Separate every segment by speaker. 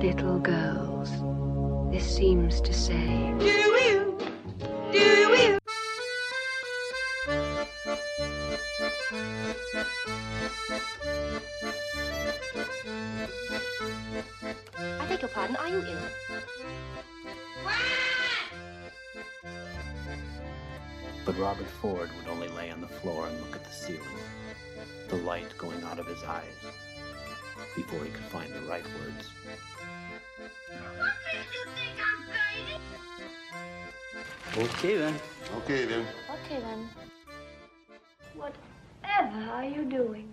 Speaker 1: little girls. This seems to say.
Speaker 2: I beg your pardon, are you ill?
Speaker 3: But Robert Ford would only lay on the floor and look at the ceiling, the light going out of his eyes, before he could find the right words. Okay then.
Speaker 4: Okay then.
Speaker 2: Okay then.
Speaker 1: Whatever are you doing?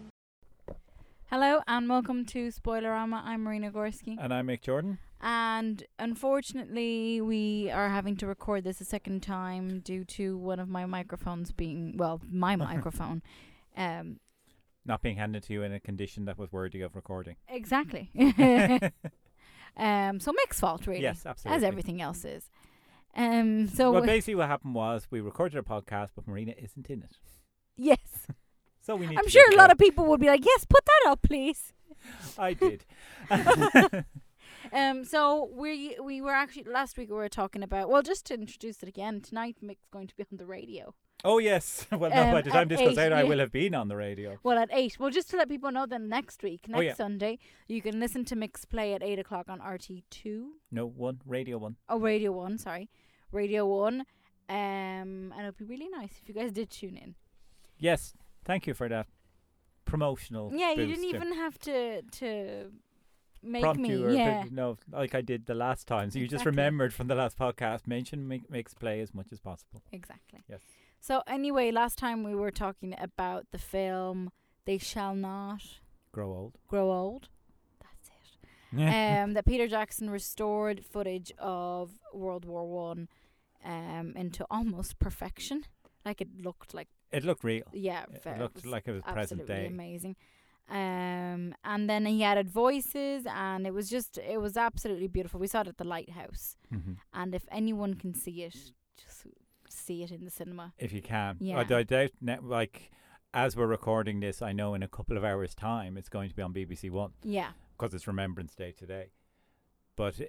Speaker 5: Hello and welcome to Spoilerama. I'm Marina Gorski.
Speaker 6: And I'm Mick Jordan.
Speaker 5: And unfortunately, we are having to record this a second time due to one of my microphones being, well, my microphone. Um,
Speaker 6: Not being handed to you in a condition that was worthy of recording.
Speaker 5: exactly. um, so Mick's fault, really.
Speaker 6: Yes,
Speaker 5: As
Speaker 6: absolutely.
Speaker 5: everything else is. Um, so,
Speaker 6: well,
Speaker 5: we-
Speaker 6: basically, what happened was we recorded a podcast, but Marina isn't in it.
Speaker 5: yes.
Speaker 6: So we need.
Speaker 5: I'm
Speaker 6: to
Speaker 5: sure
Speaker 6: get
Speaker 5: a lot
Speaker 6: her-
Speaker 5: of people would be like, yes, put that up, please.
Speaker 6: I did.
Speaker 5: Um, so we we were actually last week we were talking about well just to introduce it again tonight Mick's going to be on the radio
Speaker 6: Oh yes. Well, no,
Speaker 5: Um,
Speaker 6: by the
Speaker 5: at
Speaker 6: time this goes
Speaker 5: eight,
Speaker 6: out, I
Speaker 5: yeah.
Speaker 6: will have been on the radio.
Speaker 5: Well, at eight. Well, just to let people know, then next week, next
Speaker 6: Oh, yeah.
Speaker 5: Sunday, you can listen to Mix Play at eight o'clock on RT two.
Speaker 6: No one radio one.
Speaker 5: Oh, Radio One. Sorry, Radio One. Um, and it'd be really nice if you guys did tune in.
Speaker 6: Yes. Thank you for that promotional.
Speaker 5: Yeah, you
Speaker 6: boost
Speaker 5: didn't
Speaker 6: to
Speaker 5: even have to to make
Speaker 6: prompt
Speaker 5: me.
Speaker 6: you or
Speaker 5: yeah.
Speaker 6: pick- no, like I did the last time. So you just
Speaker 5: Exactly.
Speaker 6: remembered from the last podcast. Mention make, makes play as much as possible.
Speaker 5: Exactly.
Speaker 6: Yes.
Speaker 5: So anyway, last time we were talking about the film "They Shall Not
Speaker 6: Grow old.
Speaker 5: Grow Old." That's it. um, that Peter Jackson restored footage of World War One um, into almost perfection. Like it looked like
Speaker 6: it looked real.
Speaker 5: yeah,
Speaker 6: It
Speaker 5: very,
Speaker 6: looked
Speaker 5: was
Speaker 6: like it was present
Speaker 5: absolutely
Speaker 6: day.
Speaker 5: amazing. Um, and then he added voices, and it was just it was absolutely beautiful. We saw it at the lighthouse,
Speaker 6: Mhm.
Speaker 5: and if anyone can see it, just see it in the cinema.
Speaker 6: if you can.
Speaker 5: Yeah.
Speaker 6: Although I doubt, ne- like, as we're recording this, I know in a couple of hours' time it's going to be on BBC One
Speaker 5: Yeah,
Speaker 6: because it's Remembrance Day today. But eh,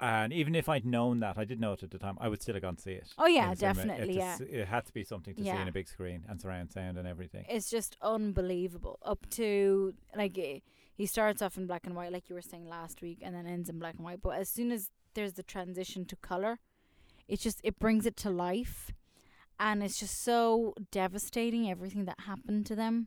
Speaker 6: and even if I'd known that, I did know it at the time, I would still have gone to see it.
Speaker 5: Oh, yeah,
Speaker 6: in the cinema.
Speaker 5: definitely,
Speaker 6: It,
Speaker 5: yeah.
Speaker 6: just- it had to be something to see
Speaker 5: Yeah.
Speaker 6: in a big screen and surround sound and everything.
Speaker 5: it's just unbelievable. Up to like eh, he starts off in black and white, like you were saying last week, and then ends in black and white. But as soon as there's the transition to color, it just it brings it to life, and it's just so devastating everything that happened to them.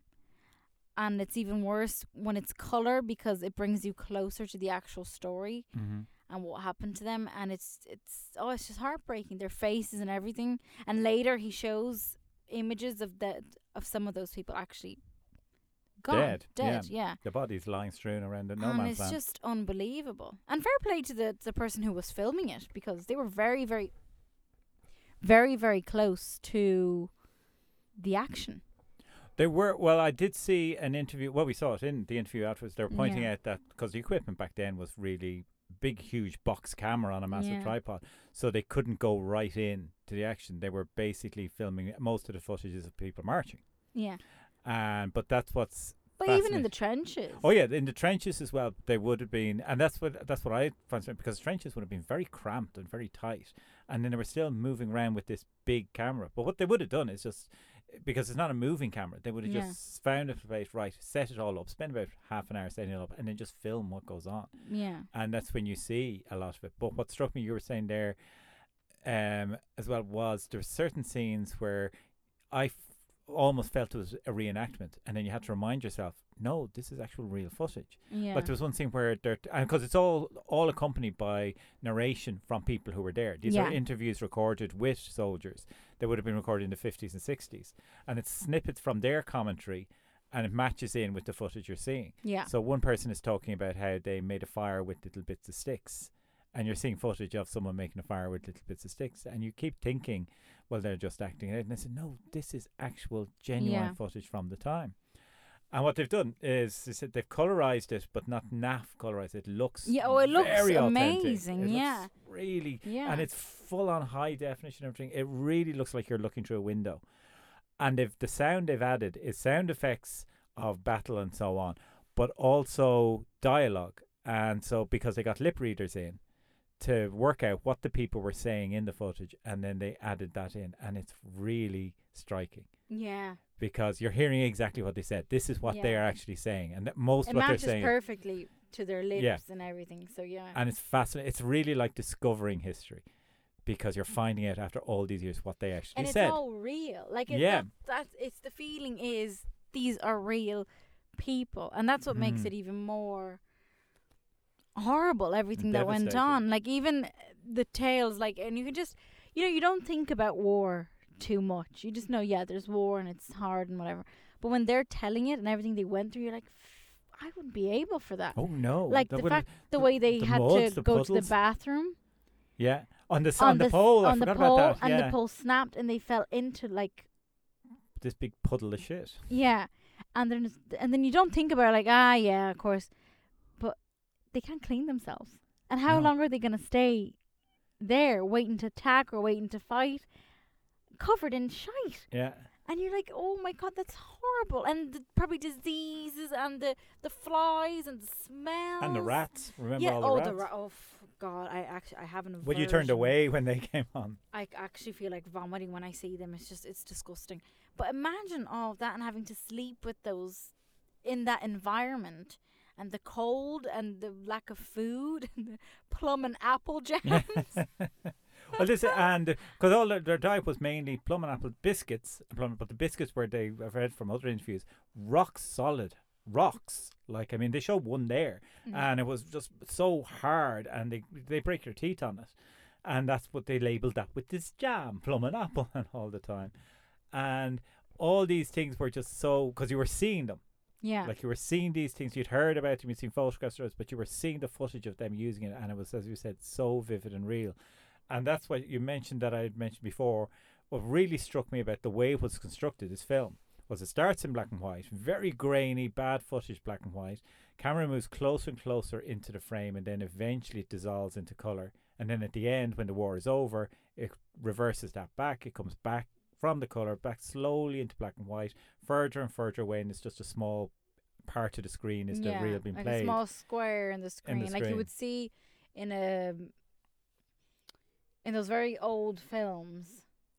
Speaker 5: And it's even worse when it's color because it brings you closer to the actual story
Speaker 6: Mm-hmm.
Speaker 5: and what happened to them and it's it's oh it's just heartbreaking their faces and everything and later he shows images of that of some of those people actually gone
Speaker 6: Dead,
Speaker 5: dead
Speaker 6: yeah. The body's lying strewn around the no
Speaker 5: and
Speaker 6: man's
Speaker 5: it's
Speaker 6: land.
Speaker 5: just unbelievable and fair play to the the person who was filming it because they were very very very very close to the action
Speaker 6: They were well. I did see an interview. Well, we saw it in the interview afterwards. They were pointing
Speaker 5: Yeah.
Speaker 6: out that because the equipment back then was really big, huge box camera on a massive
Speaker 5: Yeah.
Speaker 6: tripod, so they couldn't go right in to the action. They were basically filming most of the footages of people marching.
Speaker 5: yeah
Speaker 6: And but that's what's.
Speaker 5: but even in
Speaker 6: fascinating.
Speaker 5: the trenches
Speaker 6: Oh yeah, in the trenches as well. They would have been, and that's what that's what I found strange, because trenches would have been very cramped and very tight, and then they were still moving around with this big camera. But what they would have done is just because it's not a moving camera, they would have
Speaker 5: Yeah.
Speaker 6: just found a place, right, set it all up, spend about half an hour setting it up, and then just film what goes on.
Speaker 5: yeah
Speaker 6: And that's when you see a lot of it. But what struck me, you were saying there, um, as well, was there were certain scenes where I f- almost felt it was a reenactment, and then you had to remind yourself, no, this is actual real footage.
Speaker 5: yeah
Speaker 6: Like there was one scene where they're because it's all all accompanied by narration from people who were there. These
Speaker 5: Yeah.
Speaker 6: are interviews recorded with soldiers that would have been recorded in the fifties and sixties, and it's snippets from their commentary, and it matches in with the footage you're seeing.
Speaker 5: yeah
Speaker 6: So one person is talking about how they made a fire with little bits of sticks, and you're seeing footage of someone making a fire with little bits of sticks, and you keep thinking, well, they're just acting it out. And I said, no, this is actual, genuine
Speaker 5: Yeah.
Speaker 6: footage from the time. And what they've done is they said they've colorized it, but not naff colorized. It looks
Speaker 5: Yeah, oh, it looks
Speaker 6: very authentic.
Speaker 5: amazing,
Speaker 6: It looks
Speaker 5: yeah.
Speaker 6: really,
Speaker 5: Yeah.
Speaker 6: and it's full on high definition and everything. It really looks like you're looking through a window. And if the sound they've added is sound effects of battle and so on, but also dialogue And so because they got lip readers in to work out what the people were saying in the footage and then they added that in and it's really striking
Speaker 5: Yeah.
Speaker 6: because you're hearing exactly what they said. This is what they
Speaker 5: Yeah.
Speaker 6: are actually saying and that most
Speaker 5: It
Speaker 6: what they're
Speaker 5: matches
Speaker 6: saying
Speaker 5: perfectly to their lips
Speaker 6: Yeah.
Speaker 5: and everything. So yeah.
Speaker 6: and it's fascinating. It's really like discovering history because you're finding out after all these years what they actually
Speaker 5: Mm-hmm. and it's
Speaker 6: said.
Speaker 5: all real. Like it's
Speaker 6: Yeah.
Speaker 5: that, that it's the feeling is these are real people, and that's what makes
Speaker 6: Mm.
Speaker 5: it even more horrible. Everything that went
Speaker 6: Devastating.
Speaker 5: on, like even uh, the tales, like and you can just you know you don't think about war too much. You just know yeah, there's war and it's hard and whatever. But when they're telling it and everything they went through, you're like, I wouldn't be able for that.
Speaker 6: oh no!
Speaker 5: like
Speaker 6: that
Speaker 5: the
Speaker 6: would've-
Speaker 5: fact the way they
Speaker 6: the
Speaker 5: had
Speaker 6: molds,
Speaker 5: to
Speaker 6: the
Speaker 5: go to
Speaker 6: puddles.
Speaker 5: the bathroom
Speaker 6: yeah, on the s- on, the,
Speaker 5: s-
Speaker 6: pole. I
Speaker 5: on the
Speaker 6: forgot
Speaker 5: pole,
Speaker 6: about that.
Speaker 5: and
Speaker 6: yeah,
Speaker 5: the pole snapped, and they fell into like
Speaker 6: this big puddle of shit.
Speaker 5: yeah, and then it's- and then you don't think about it, like ah yeah of course, but they can't clean themselves, and how
Speaker 6: No.
Speaker 5: long are they gonna stay there waiting to attack or waiting to fight, covered in shite,
Speaker 6: Yeah,
Speaker 5: and you're like oh my god that's horrible, and the, probably diseases and the the flies and the smell
Speaker 6: and the rats. Remember
Speaker 5: yeah
Speaker 6: all the
Speaker 5: oh
Speaker 6: rats?
Speaker 5: the ra- oh f- god I actually I haven't
Speaker 6: Well, you turned away when they came on.
Speaker 5: I c- actually feel like vomiting when I see them. It's just it's disgusting. But imagine all of that and having to sleep with those in that environment and the cold and the lack of food and the plum and apple jams.
Speaker 6: well, this and because all their, their diet was mainly plum and apple biscuits, plum, but the biscuits were they I've heard from other interviews rock solid rocks. Like I mean, they showed one there, and it was just so hard, and they they break your teeth on it, and that's what they labelled that with this jam, plum and apple, and all the time, and all these things were just so because you were seeing them.
Speaker 5: yeah.
Speaker 6: Like you were seeing these things, you'd heard about them, you'd seen photographs, of it, but you were seeing the footage of them using it, and it was, as you said, so vivid and real. And that's what you mentioned that I had mentioned before. What really struck me about the way it was constructed, this film, was it starts in black and white, very grainy, bad footage, black and white. Camera moves closer and closer into the frame, and then eventually it dissolves into color. And then at the end, when the war is over, it reverses that back. It comes back from the color back slowly into black and white, further and further away, and it's just a small part of the screen is
Speaker 5: Yeah,
Speaker 6: the reel being
Speaker 5: like
Speaker 6: played.
Speaker 5: a small square in the screen, like
Speaker 6: screen.
Speaker 5: you would see in a in those very old films.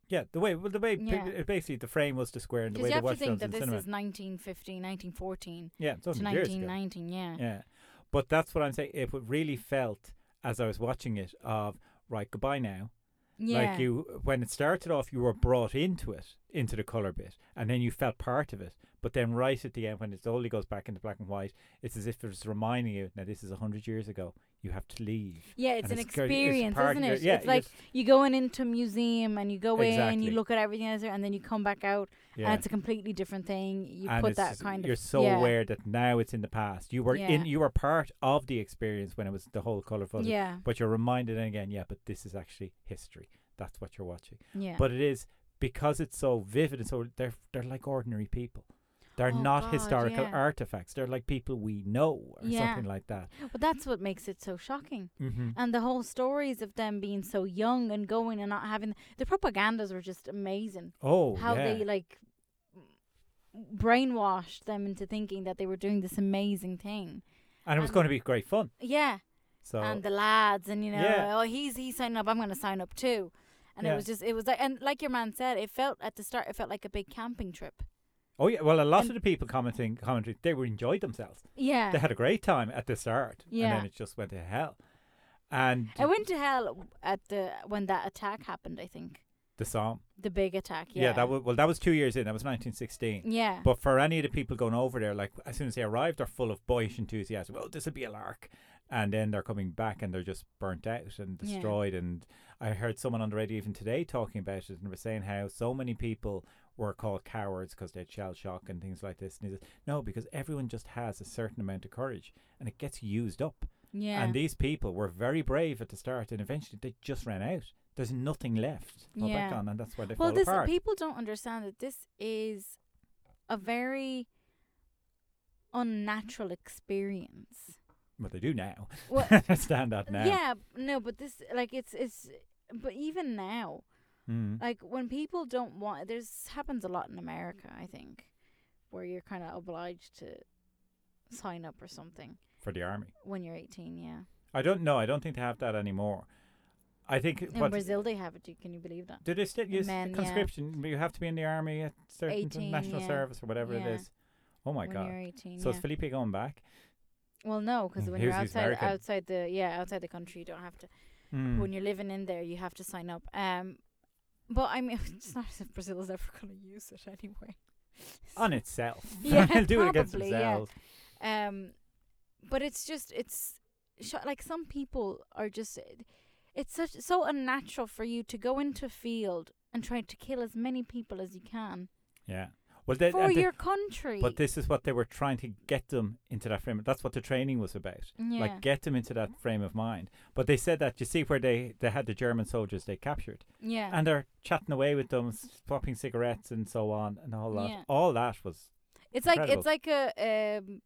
Speaker 6: yeah, the way well, the way
Speaker 5: Yeah.
Speaker 6: pe- basically the frame was the square and the
Speaker 5: Because you
Speaker 6: way they
Speaker 5: have to
Speaker 6: watched
Speaker 5: think
Speaker 6: films
Speaker 5: that
Speaker 6: in
Speaker 5: this
Speaker 6: cinema.
Speaker 5: is 1915, 1914
Speaker 6: yeah, it's
Speaker 5: to
Speaker 6: only years ago.
Speaker 5: 1919. Yeah.
Speaker 6: Yeah, but that's what I'm saying. It w- really felt as I was watching it of right goodbye now.
Speaker 5: Yeah.
Speaker 6: Like you, when it started off, you were brought into it, into the color bit, and then you felt part of it. But then, right at the end, when it slowly goes back into black and white, it's as if it's reminding you, now this is hundred years ago. You have to leave.
Speaker 5: Yeah, it's
Speaker 6: And
Speaker 5: an
Speaker 6: it's cur- it's
Speaker 5: experience,
Speaker 6: part
Speaker 5: isn't
Speaker 6: of your-
Speaker 5: it?
Speaker 6: yeah,
Speaker 5: it's like
Speaker 6: yes.
Speaker 5: you go in into a museum and you go in,
Speaker 6: Exactly.
Speaker 5: you look at everything that's there, and then you come back out,
Speaker 6: Yeah.
Speaker 5: and it's a completely different thing. You
Speaker 6: and
Speaker 5: put
Speaker 6: it's
Speaker 5: that
Speaker 6: just-
Speaker 5: kind of
Speaker 6: you're so
Speaker 5: yeah,
Speaker 6: aware that now it's in the past. You were
Speaker 5: Yeah.
Speaker 6: in, you were part of the experience when it was the whole color photo.
Speaker 5: Yeah.
Speaker 6: But you're reminded again, yeah, but this is actually history. That's what you're watching.
Speaker 5: Yeah,
Speaker 6: But it is because it's so vivid and so they're they're like ordinary people. They're
Speaker 5: Oh,
Speaker 6: not
Speaker 5: God,
Speaker 6: historical
Speaker 5: yeah.
Speaker 6: artifacts. They're like people we know or
Speaker 5: Yeah.
Speaker 6: something like that.
Speaker 5: but that's what makes it so shocking.
Speaker 6: Mm-hmm.
Speaker 5: And the whole stories of them being so young and going and not having the propagandas were just amazing.
Speaker 6: Oh,
Speaker 5: How
Speaker 6: yeah.
Speaker 5: they like brainwashed them into thinking that they were doing this amazing thing.
Speaker 6: and it was
Speaker 5: and-
Speaker 6: going to be great fun.
Speaker 5: Yeah.
Speaker 6: So
Speaker 5: and the lads and you know
Speaker 6: Yeah.
Speaker 5: oh he's he's signing up i'm going to sign up too and
Speaker 6: Yeah.
Speaker 5: it was just it was like and like your man said it felt at the start it felt like a big camping trip
Speaker 6: oh yeah, well, a lot
Speaker 5: and-
Speaker 6: of the people commenting commentary they were enjoyed themselves.
Speaker 5: yeah
Speaker 6: They had a great time at the start, and
Speaker 5: Yeah.
Speaker 6: then it just went to hell. And
Speaker 5: i went to hell at the when that attack happened i think
Speaker 6: the song,
Speaker 5: the big attack
Speaker 6: yeah,
Speaker 5: yeah
Speaker 6: that was well, that was two years in. That was 1916.
Speaker 5: yeah
Speaker 6: But for any of the people going over there, like as soon as they arrive, they're full of boyish enthusiasm. Well, this will be a lark, and then they're coming back and they're just burnt out and
Speaker 5: Yeah.
Speaker 6: destroyed. And I heard someone on the radio even today talking about it and they were saying how so many people were called cowards because they had shell shock and things like this. And he said, no, because everyone just has a certain amount of courage and it gets used up.
Speaker 5: yeah
Speaker 6: And these people were very brave at the start, and eventually they just ran out. There's nothing left. Well,
Speaker 5: Yeah.
Speaker 6: back on, and that's where they
Speaker 5: well
Speaker 6: fall
Speaker 5: this
Speaker 6: apart.
Speaker 5: people don't understand that this is a very unnatural experience
Speaker 6: Well, they do now.
Speaker 5: Well-
Speaker 6: Understand that now.
Speaker 5: yeah no but this like it's it's but even now
Speaker 6: Mm.
Speaker 5: like when people don't want there's happens a lot in america i think where you're kind of obliged to sign up or something
Speaker 6: for the army.
Speaker 5: when you're 18, yeah.
Speaker 6: I don't know. I don't think they have that anymore. I think
Speaker 5: In
Speaker 6: what
Speaker 5: Brazil, they have it. Do you- Can you believe that?
Speaker 6: do they still use
Speaker 5: men, yeah.
Speaker 6: conscription? You have to be in the army at certain
Speaker 5: 18,
Speaker 6: national
Speaker 5: yeah.
Speaker 6: service or whatever
Speaker 5: Yeah.
Speaker 6: it is. Oh my
Speaker 5: when you're
Speaker 6: god!
Speaker 5: 18,
Speaker 6: So
Speaker 5: yeah.
Speaker 6: is Felipe going back?
Speaker 5: well, no, because
Speaker 6: Mm,
Speaker 5: when
Speaker 6: he
Speaker 5: you're
Speaker 6: was- he's
Speaker 5: outside,
Speaker 6: American.
Speaker 5: outside the yeah, outside the country, you don't have to.
Speaker 6: Mm.
Speaker 5: When you're living in there, you have to sign up. Um, but I mean, it's not as if Brazil is ever going to use it anyway.
Speaker 6: On itself,
Speaker 5: Yeah,
Speaker 6: They'll do it against
Speaker 5: probably, yeah.
Speaker 6: themselves.
Speaker 5: Um, but it's just it's sh- like some people are just it's such so unnatural for you to go into a field and try to kill as many people as you can
Speaker 6: Yeah. Well, they,
Speaker 5: for
Speaker 6: and they-
Speaker 5: your country.
Speaker 6: But this is what they were trying to get them into that frame. That's what the training was about.
Speaker 5: Yeah.
Speaker 6: Like get them into that frame of mind. But they said that you see where they they had the German soldiers they captured,
Speaker 5: yeah,
Speaker 6: and they're chatting away with them, swapping cigarettes and so on, and all that.
Speaker 5: Yeah.
Speaker 6: All that was
Speaker 5: it's like
Speaker 6: incredible.
Speaker 5: it's like a um,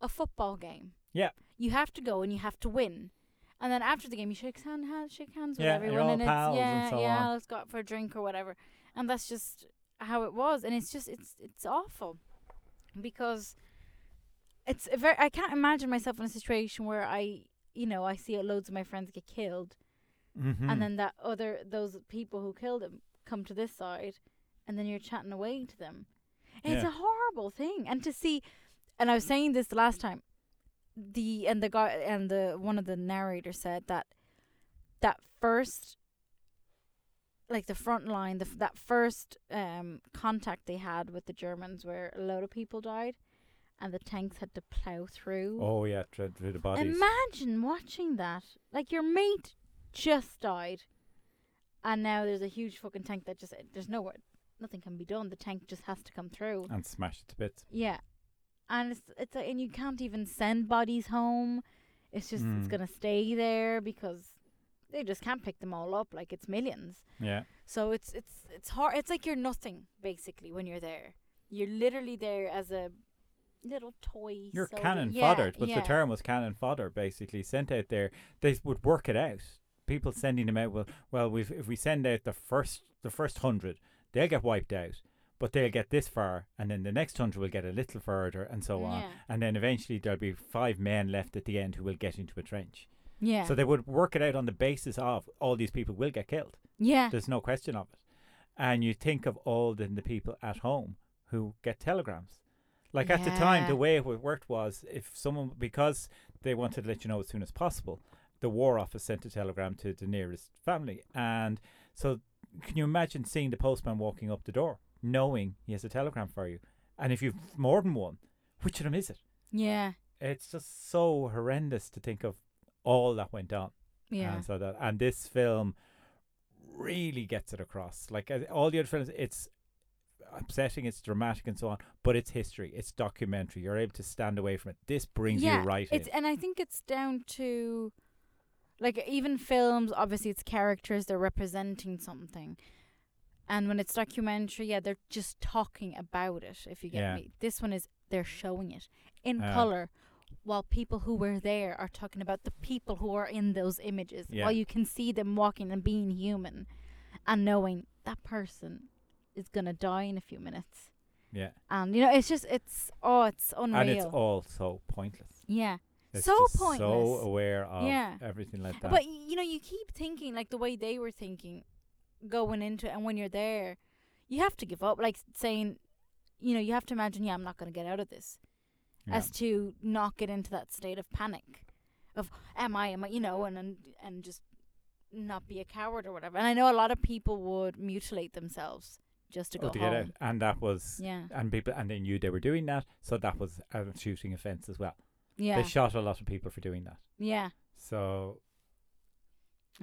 Speaker 5: a football game.
Speaker 6: yeah,
Speaker 5: You have to go and you have to win. And then after the game, you shake hand, hand shake hands with
Speaker 6: Yeah, you're
Speaker 5: everyone,
Speaker 6: all
Speaker 5: and
Speaker 6: pals
Speaker 5: it's
Speaker 6: and
Speaker 5: yeah,
Speaker 6: so
Speaker 5: yeah,
Speaker 6: on.
Speaker 5: let's go out for a drink or whatever. And that's just how it was, and it's just it's it's awful because it's a very I can't imagine myself in a situation where I you know I see loads of my friends get killed,
Speaker 6: mm-hmm.
Speaker 5: and then that other those people who killed them come to this side and then you're chatting away to them And it's
Speaker 6: Yeah.
Speaker 5: a horrible thing and to see and i was saying this last time the and the guy and the one of the narrators said that that first like the front line the f- that first um contact they had with the germans where a lot of people died and the tanks had to plow through
Speaker 6: oh yeah, through, through the bodies.
Speaker 5: Imagine watching that. Like your mate just died, and now there's a huge fucking tank that just there's nowhere, nothing can be done. The tank just has to come through.
Speaker 6: and smash it to bits.
Speaker 5: Yeah, and it's it's like, and you can't even send bodies home. It's just it's
Speaker 6: Mm.
Speaker 5: gonna stay there because they just can't pick them all up. Like it's millions.
Speaker 6: Yeah,
Speaker 5: So it's it's it's hard. It's like you're nothing basically when you're there. You're literally there as a little toy.
Speaker 6: you're
Speaker 5: soldier.
Speaker 6: cannon
Speaker 5: Yeah,
Speaker 6: fodder. But
Speaker 5: yeah.
Speaker 6: the term was cannon fodder, basically sent out there. They would work it out. People sending them out. Well, well, we've, if we send out the first the first hundred, they'll get wiped out. But they'll get this far, and then the next hundred will get a little further, and so on.
Speaker 5: Yeah.
Speaker 6: And then eventually there'll be five men left at the end who will get into a trench.
Speaker 5: Yeah.
Speaker 6: So they would work it out on the basis of all these people will get killed.
Speaker 5: Yeah.
Speaker 6: There's no question of it. And you think of all the, the people at home who get telegrams. Like at the time,
Speaker 5: Yeah.
Speaker 6: the way it wo- worked was if someone, because they wanted to let you know as soon as possible, the War Office sent a telegram to the nearest family. And so can you imagine seeing the postman walking up the door, knowing he has a telegram for you? And if you've more than one, which of them is it?
Speaker 5: Yeah.
Speaker 6: It's just so horrendous to think of all that went on.
Speaker 5: Yeah.
Speaker 6: And so that, and this film really gets it across. Like uh, all the other films, it's upsetting, it's dramatic, and so on. But it's history. It's documentary. You're able to stand away from it. This brings
Speaker 5: yeah,
Speaker 6: you right
Speaker 5: it's,
Speaker 6: in.
Speaker 5: And I think it's down to, like, even films, obviously, it's characters, they're representing something. And when it's documentary, yeah, they're just talking about it, if you get
Speaker 6: Yeah.
Speaker 5: me. This one is they're showing it in
Speaker 6: Uh,
Speaker 5: color while people who were there are talking about the people who are in those images.
Speaker 6: Yeah.
Speaker 5: While you can see them walking and being human and knowing that person is going to die in a few minutes.
Speaker 6: Yeah,
Speaker 5: And, you know, it's just, it's, oh, it's unreal.
Speaker 6: and it's all so pointless.
Speaker 5: yeah.
Speaker 6: It's
Speaker 5: So
Speaker 6: just So
Speaker 5: pointless.
Speaker 6: aware of
Speaker 5: Yeah.
Speaker 6: everything like that.
Speaker 5: But y- you know, you keep thinking like the way they were thinking going into it, and when you're there, you have to give up. Like saying, you know, you have to imagine, yeah, I'm not going to get out of this,
Speaker 6: Yeah.
Speaker 5: as to not get into that state of panic, of am I, am I, you know, and and and just not be a coward or whatever. And I know a lot of people would mutilate themselves just to
Speaker 6: Oh,
Speaker 5: go
Speaker 6: to
Speaker 5: home.
Speaker 6: get out, and that was
Speaker 5: Yeah,
Speaker 6: and people and they knew they were doing that, so that was a shooting offence as well.
Speaker 5: yeah,
Speaker 6: They shot a lot of people for doing that.
Speaker 5: yeah.
Speaker 6: So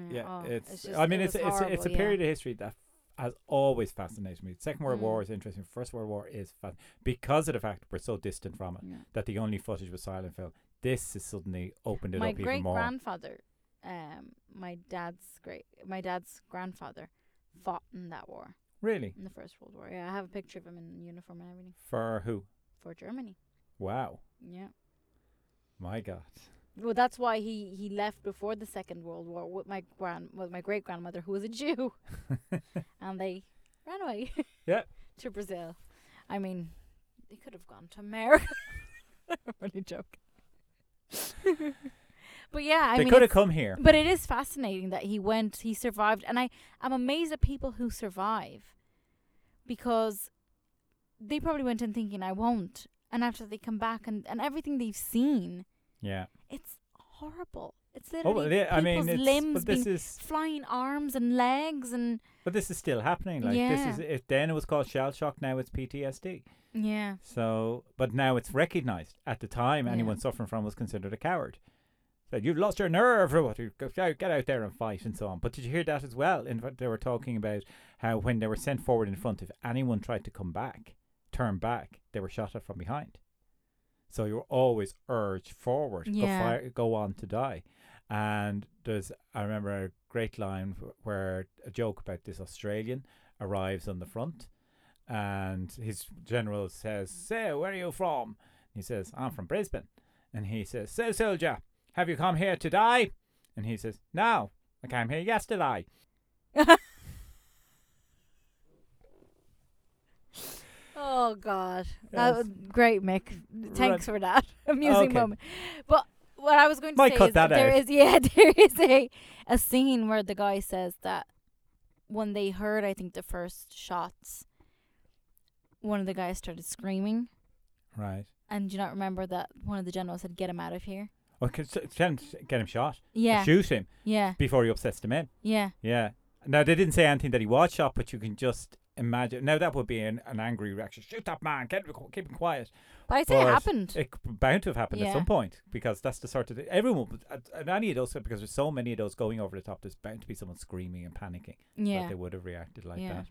Speaker 6: Yeah,
Speaker 5: oh,
Speaker 6: it's,
Speaker 5: just-
Speaker 6: I mean,
Speaker 5: it
Speaker 6: it's
Speaker 5: was
Speaker 6: it's it's a
Speaker 5: horrible, yeah.
Speaker 6: period of history that has always fascinated me. Second World
Speaker 5: Mm.
Speaker 6: War is interesting. First World War is fun because of the fact we're so distant from it
Speaker 5: Yeah.
Speaker 6: that the only footage was silent film. This has suddenly opened it
Speaker 5: my
Speaker 6: up even
Speaker 5: great
Speaker 6: more.
Speaker 5: grandfather, um, my dad's great, my dad's grandfather, fought in that war,
Speaker 6: really,
Speaker 5: in the First World War. Yeah, I have a picture of him in uniform and everything
Speaker 6: for who?
Speaker 5: for Germany.
Speaker 6: Wow,
Speaker 5: Yeah.
Speaker 6: my God.
Speaker 5: Well, that's why he, he left before the Second World War with my grand with my great grandmother who was a Jew, and they ran away.
Speaker 6: Yeah.
Speaker 5: To Brazil, I mean, they could have gone to America. I'm only joking. but yeah, I
Speaker 6: they
Speaker 5: mean,
Speaker 6: could have
Speaker 5: it's-
Speaker 6: come here.
Speaker 5: but it is fascinating that he went, he survived, and I am amazed at people who survive because they probably went in thinking I won't, and after they come back and and everything they've seen,
Speaker 6: Yeah.
Speaker 5: it's horrible. It's
Speaker 6: Oh, well,
Speaker 5: literally
Speaker 6: yeah, I mean,
Speaker 5: people's
Speaker 6: it's,
Speaker 5: limbs
Speaker 6: but this
Speaker 5: being
Speaker 6: is
Speaker 5: flying arms and legs and
Speaker 6: but this is still happening. Like
Speaker 5: Yeah.
Speaker 6: this is it. Then it was called shell shock. Now it's PTSD.
Speaker 5: yeah,
Speaker 6: So, but now it's recognized. At the time,
Speaker 5: Yeah.
Speaker 6: anyone suffering from was considered a coward. So you've lost your nerve, or what? You go out- Get out there and fight, and so on. But did you hear that as well? In fact, they were talking about how when they were sent forward in front, if anyone tried to come back, turn back, they were shot at from behind. So you're always urged forward,
Speaker 5: Yeah.
Speaker 6: go, fire, go on to die. And there's, I remember a great line wh- where a joke about this Australian arrives on the front and his general says, So, where are you from? He says, I'm from Brisbane. And he says, So, soldier, have you come here to die? And he says, No, I came here yesterday.
Speaker 5: Oh God,
Speaker 6: Yes.
Speaker 5: that was great, Mick. Thanks for that amusing
Speaker 6: Okay.
Speaker 5: moment. But what I was going to
Speaker 6: Might
Speaker 5: say
Speaker 6: cut
Speaker 5: is
Speaker 6: that
Speaker 5: there
Speaker 6: out.
Speaker 5: is- yeah there is a a scene where the guy says that when they heard I think the first shots, one of the guys started screaming,
Speaker 6: Right.
Speaker 5: and do you not remember that one of the generals said, "Get him out of here."
Speaker 6: Well, c- s- send- get him shot.
Speaker 5: Yeah,
Speaker 6: Shoot him
Speaker 5: yeah,
Speaker 6: before he upsets the men.
Speaker 5: yeah,
Speaker 6: Yeah. Now, they didn't say anything that he was shot, but you can just imagine. Now, that would be an, an angry reaction. Shoot that man. Get, keep him quiet.
Speaker 5: but I'd say it
Speaker 6: But
Speaker 5: happened.
Speaker 6: It c- bound to have happened
Speaker 5: Yeah.
Speaker 6: at some point because that's the sort of thing. Everyone, would- at- at any of those, because there's so many of those going over the top, there's bound to be someone screaming and panicking. That
Speaker 5: yeah,
Speaker 6: they would have reacted like
Speaker 5: Yeah.
Speaker 6: that.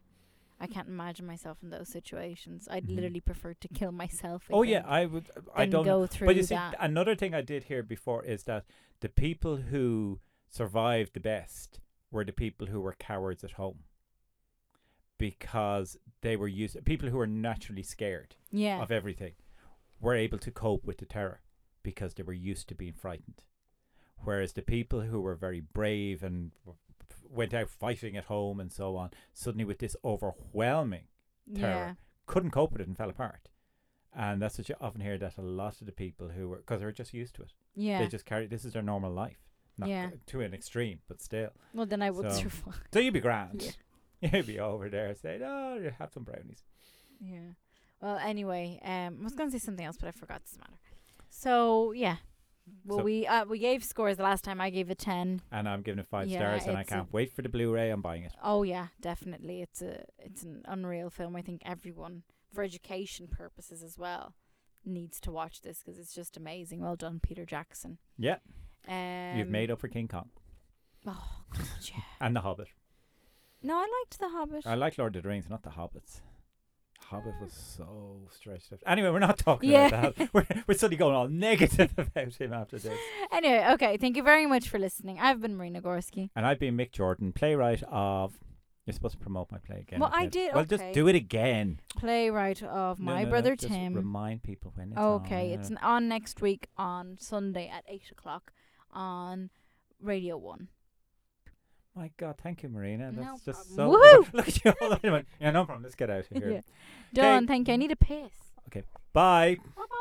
Speaker 5: I can't imagine myself in those situations. I'd
Speaker 6: Mhm.
Speaker 5: literally prefer to kill myself. I
Speaker 6: Oh, yeah.
Speaker 5: think,
Speaker 6: I would. I
Speaker 5: than
Speaker 6: don't.
Speaker 5: go through
Speaker 6: But you see,
Speaker 5: that.
Speaker 6: another thing I did hear before is that the people who survived the best were the people who were cowards at home because they were used, people who were naturally scared
Speaker 5: yeah,
Speaker 6: of everything were able to cope with the terror because they were used to being frightened. Whereas the people who were very brave and w- went out fighting at home and so on, suddenly with this overwhelming
Speaker 5: yeah.
Speaker 6: terror, couldn't cope with it and fell apart. And that's what you often hear that a lot of the people who were, because they were just used to it.
Speaker 5: Yeah.
Speaker 6: They just carry, this is their normal life. Not
Speaker 5: Yeah.
Speaker 6: to an extreme, but still.
Speaker 5: well, then I would
Speaker 6: So-
Speaker 5: survive.
Speaker 6: So you'd be grand. You'd be over there saying, oh, you have some brownies.
Speaker 5: Yeah. Well, anyway, um, I was going to say something else, but I forgot. Doesn't matter. So yeah. Well,
Speaker 6: So-
Speaker 5: we uh, we gave scores the last time. I gave a ten.
Speaker 6: And I'm giving it five
Speaker 5: Yeah,
Speaker 6: stars and I
Speaker 5: it's a-
Speaker 6: can't wait for the Blu ray. I'm buying it.
Speaker 5: Oh yeah, definitely. It's a it's an unreal film. I think everyone, for education purposes as well, needs to watch this because it's just amazing. Well done, Peter Jackson.
Speaker 6: Yeah.
Speaker 5: Um,
Speaker 6: You've made up for King Kong
Speaker 5: Oh God, yeah.
Speaker 6: and The Hobbit.
Speaker 5: No, I liked The Hobbit.
Speaker 6: I like Lord of the Rings, not The Hobbits. Hobbit was so stretched out. Anyway, we're not talking
Speaker 5: Yeah.
Speaker 6: about that. We're, we're suddenly going all negative about him after this.
Speaker 5: anyway, okay. Thank you very much for listening. I've been Marina Gorski.
Speaker 6: And I've been Mick Jordan, playwright of. You're supposed to promote my play again.
Speaker 5: Well, I
Speaker 6: said.
Speaker 5: did,
Speaker 6: Well,
Speaker 5: okay.
Speaker 6: just do it again.
Speaker 5: Playwright of
Speaker 6: No,
Speaker 5: My
Speaker 6: no, no,
Speaker 5: Brother
Speaker 6: just
Speaker 5: Tim.
Speaker 6: Remind people when it's
Speaker 5: Okay,
Speaker 6: on.
Speaker 5: it's n- on next week on Sunday at eight o'clock on Radio One.
Speaker 6: My God, thank you, Marina.
Speaker 5: No
Speaker 6: That's just so.
Speaker 5: problem. Woohoo!
Speaker 6: Look at you all. yeah, no problem. Let's get out of here.
Speaker 5: Yeah. Done. Thank you. I need a piss.
Speaker 6: Bye.
Speaker 5: Bye bye.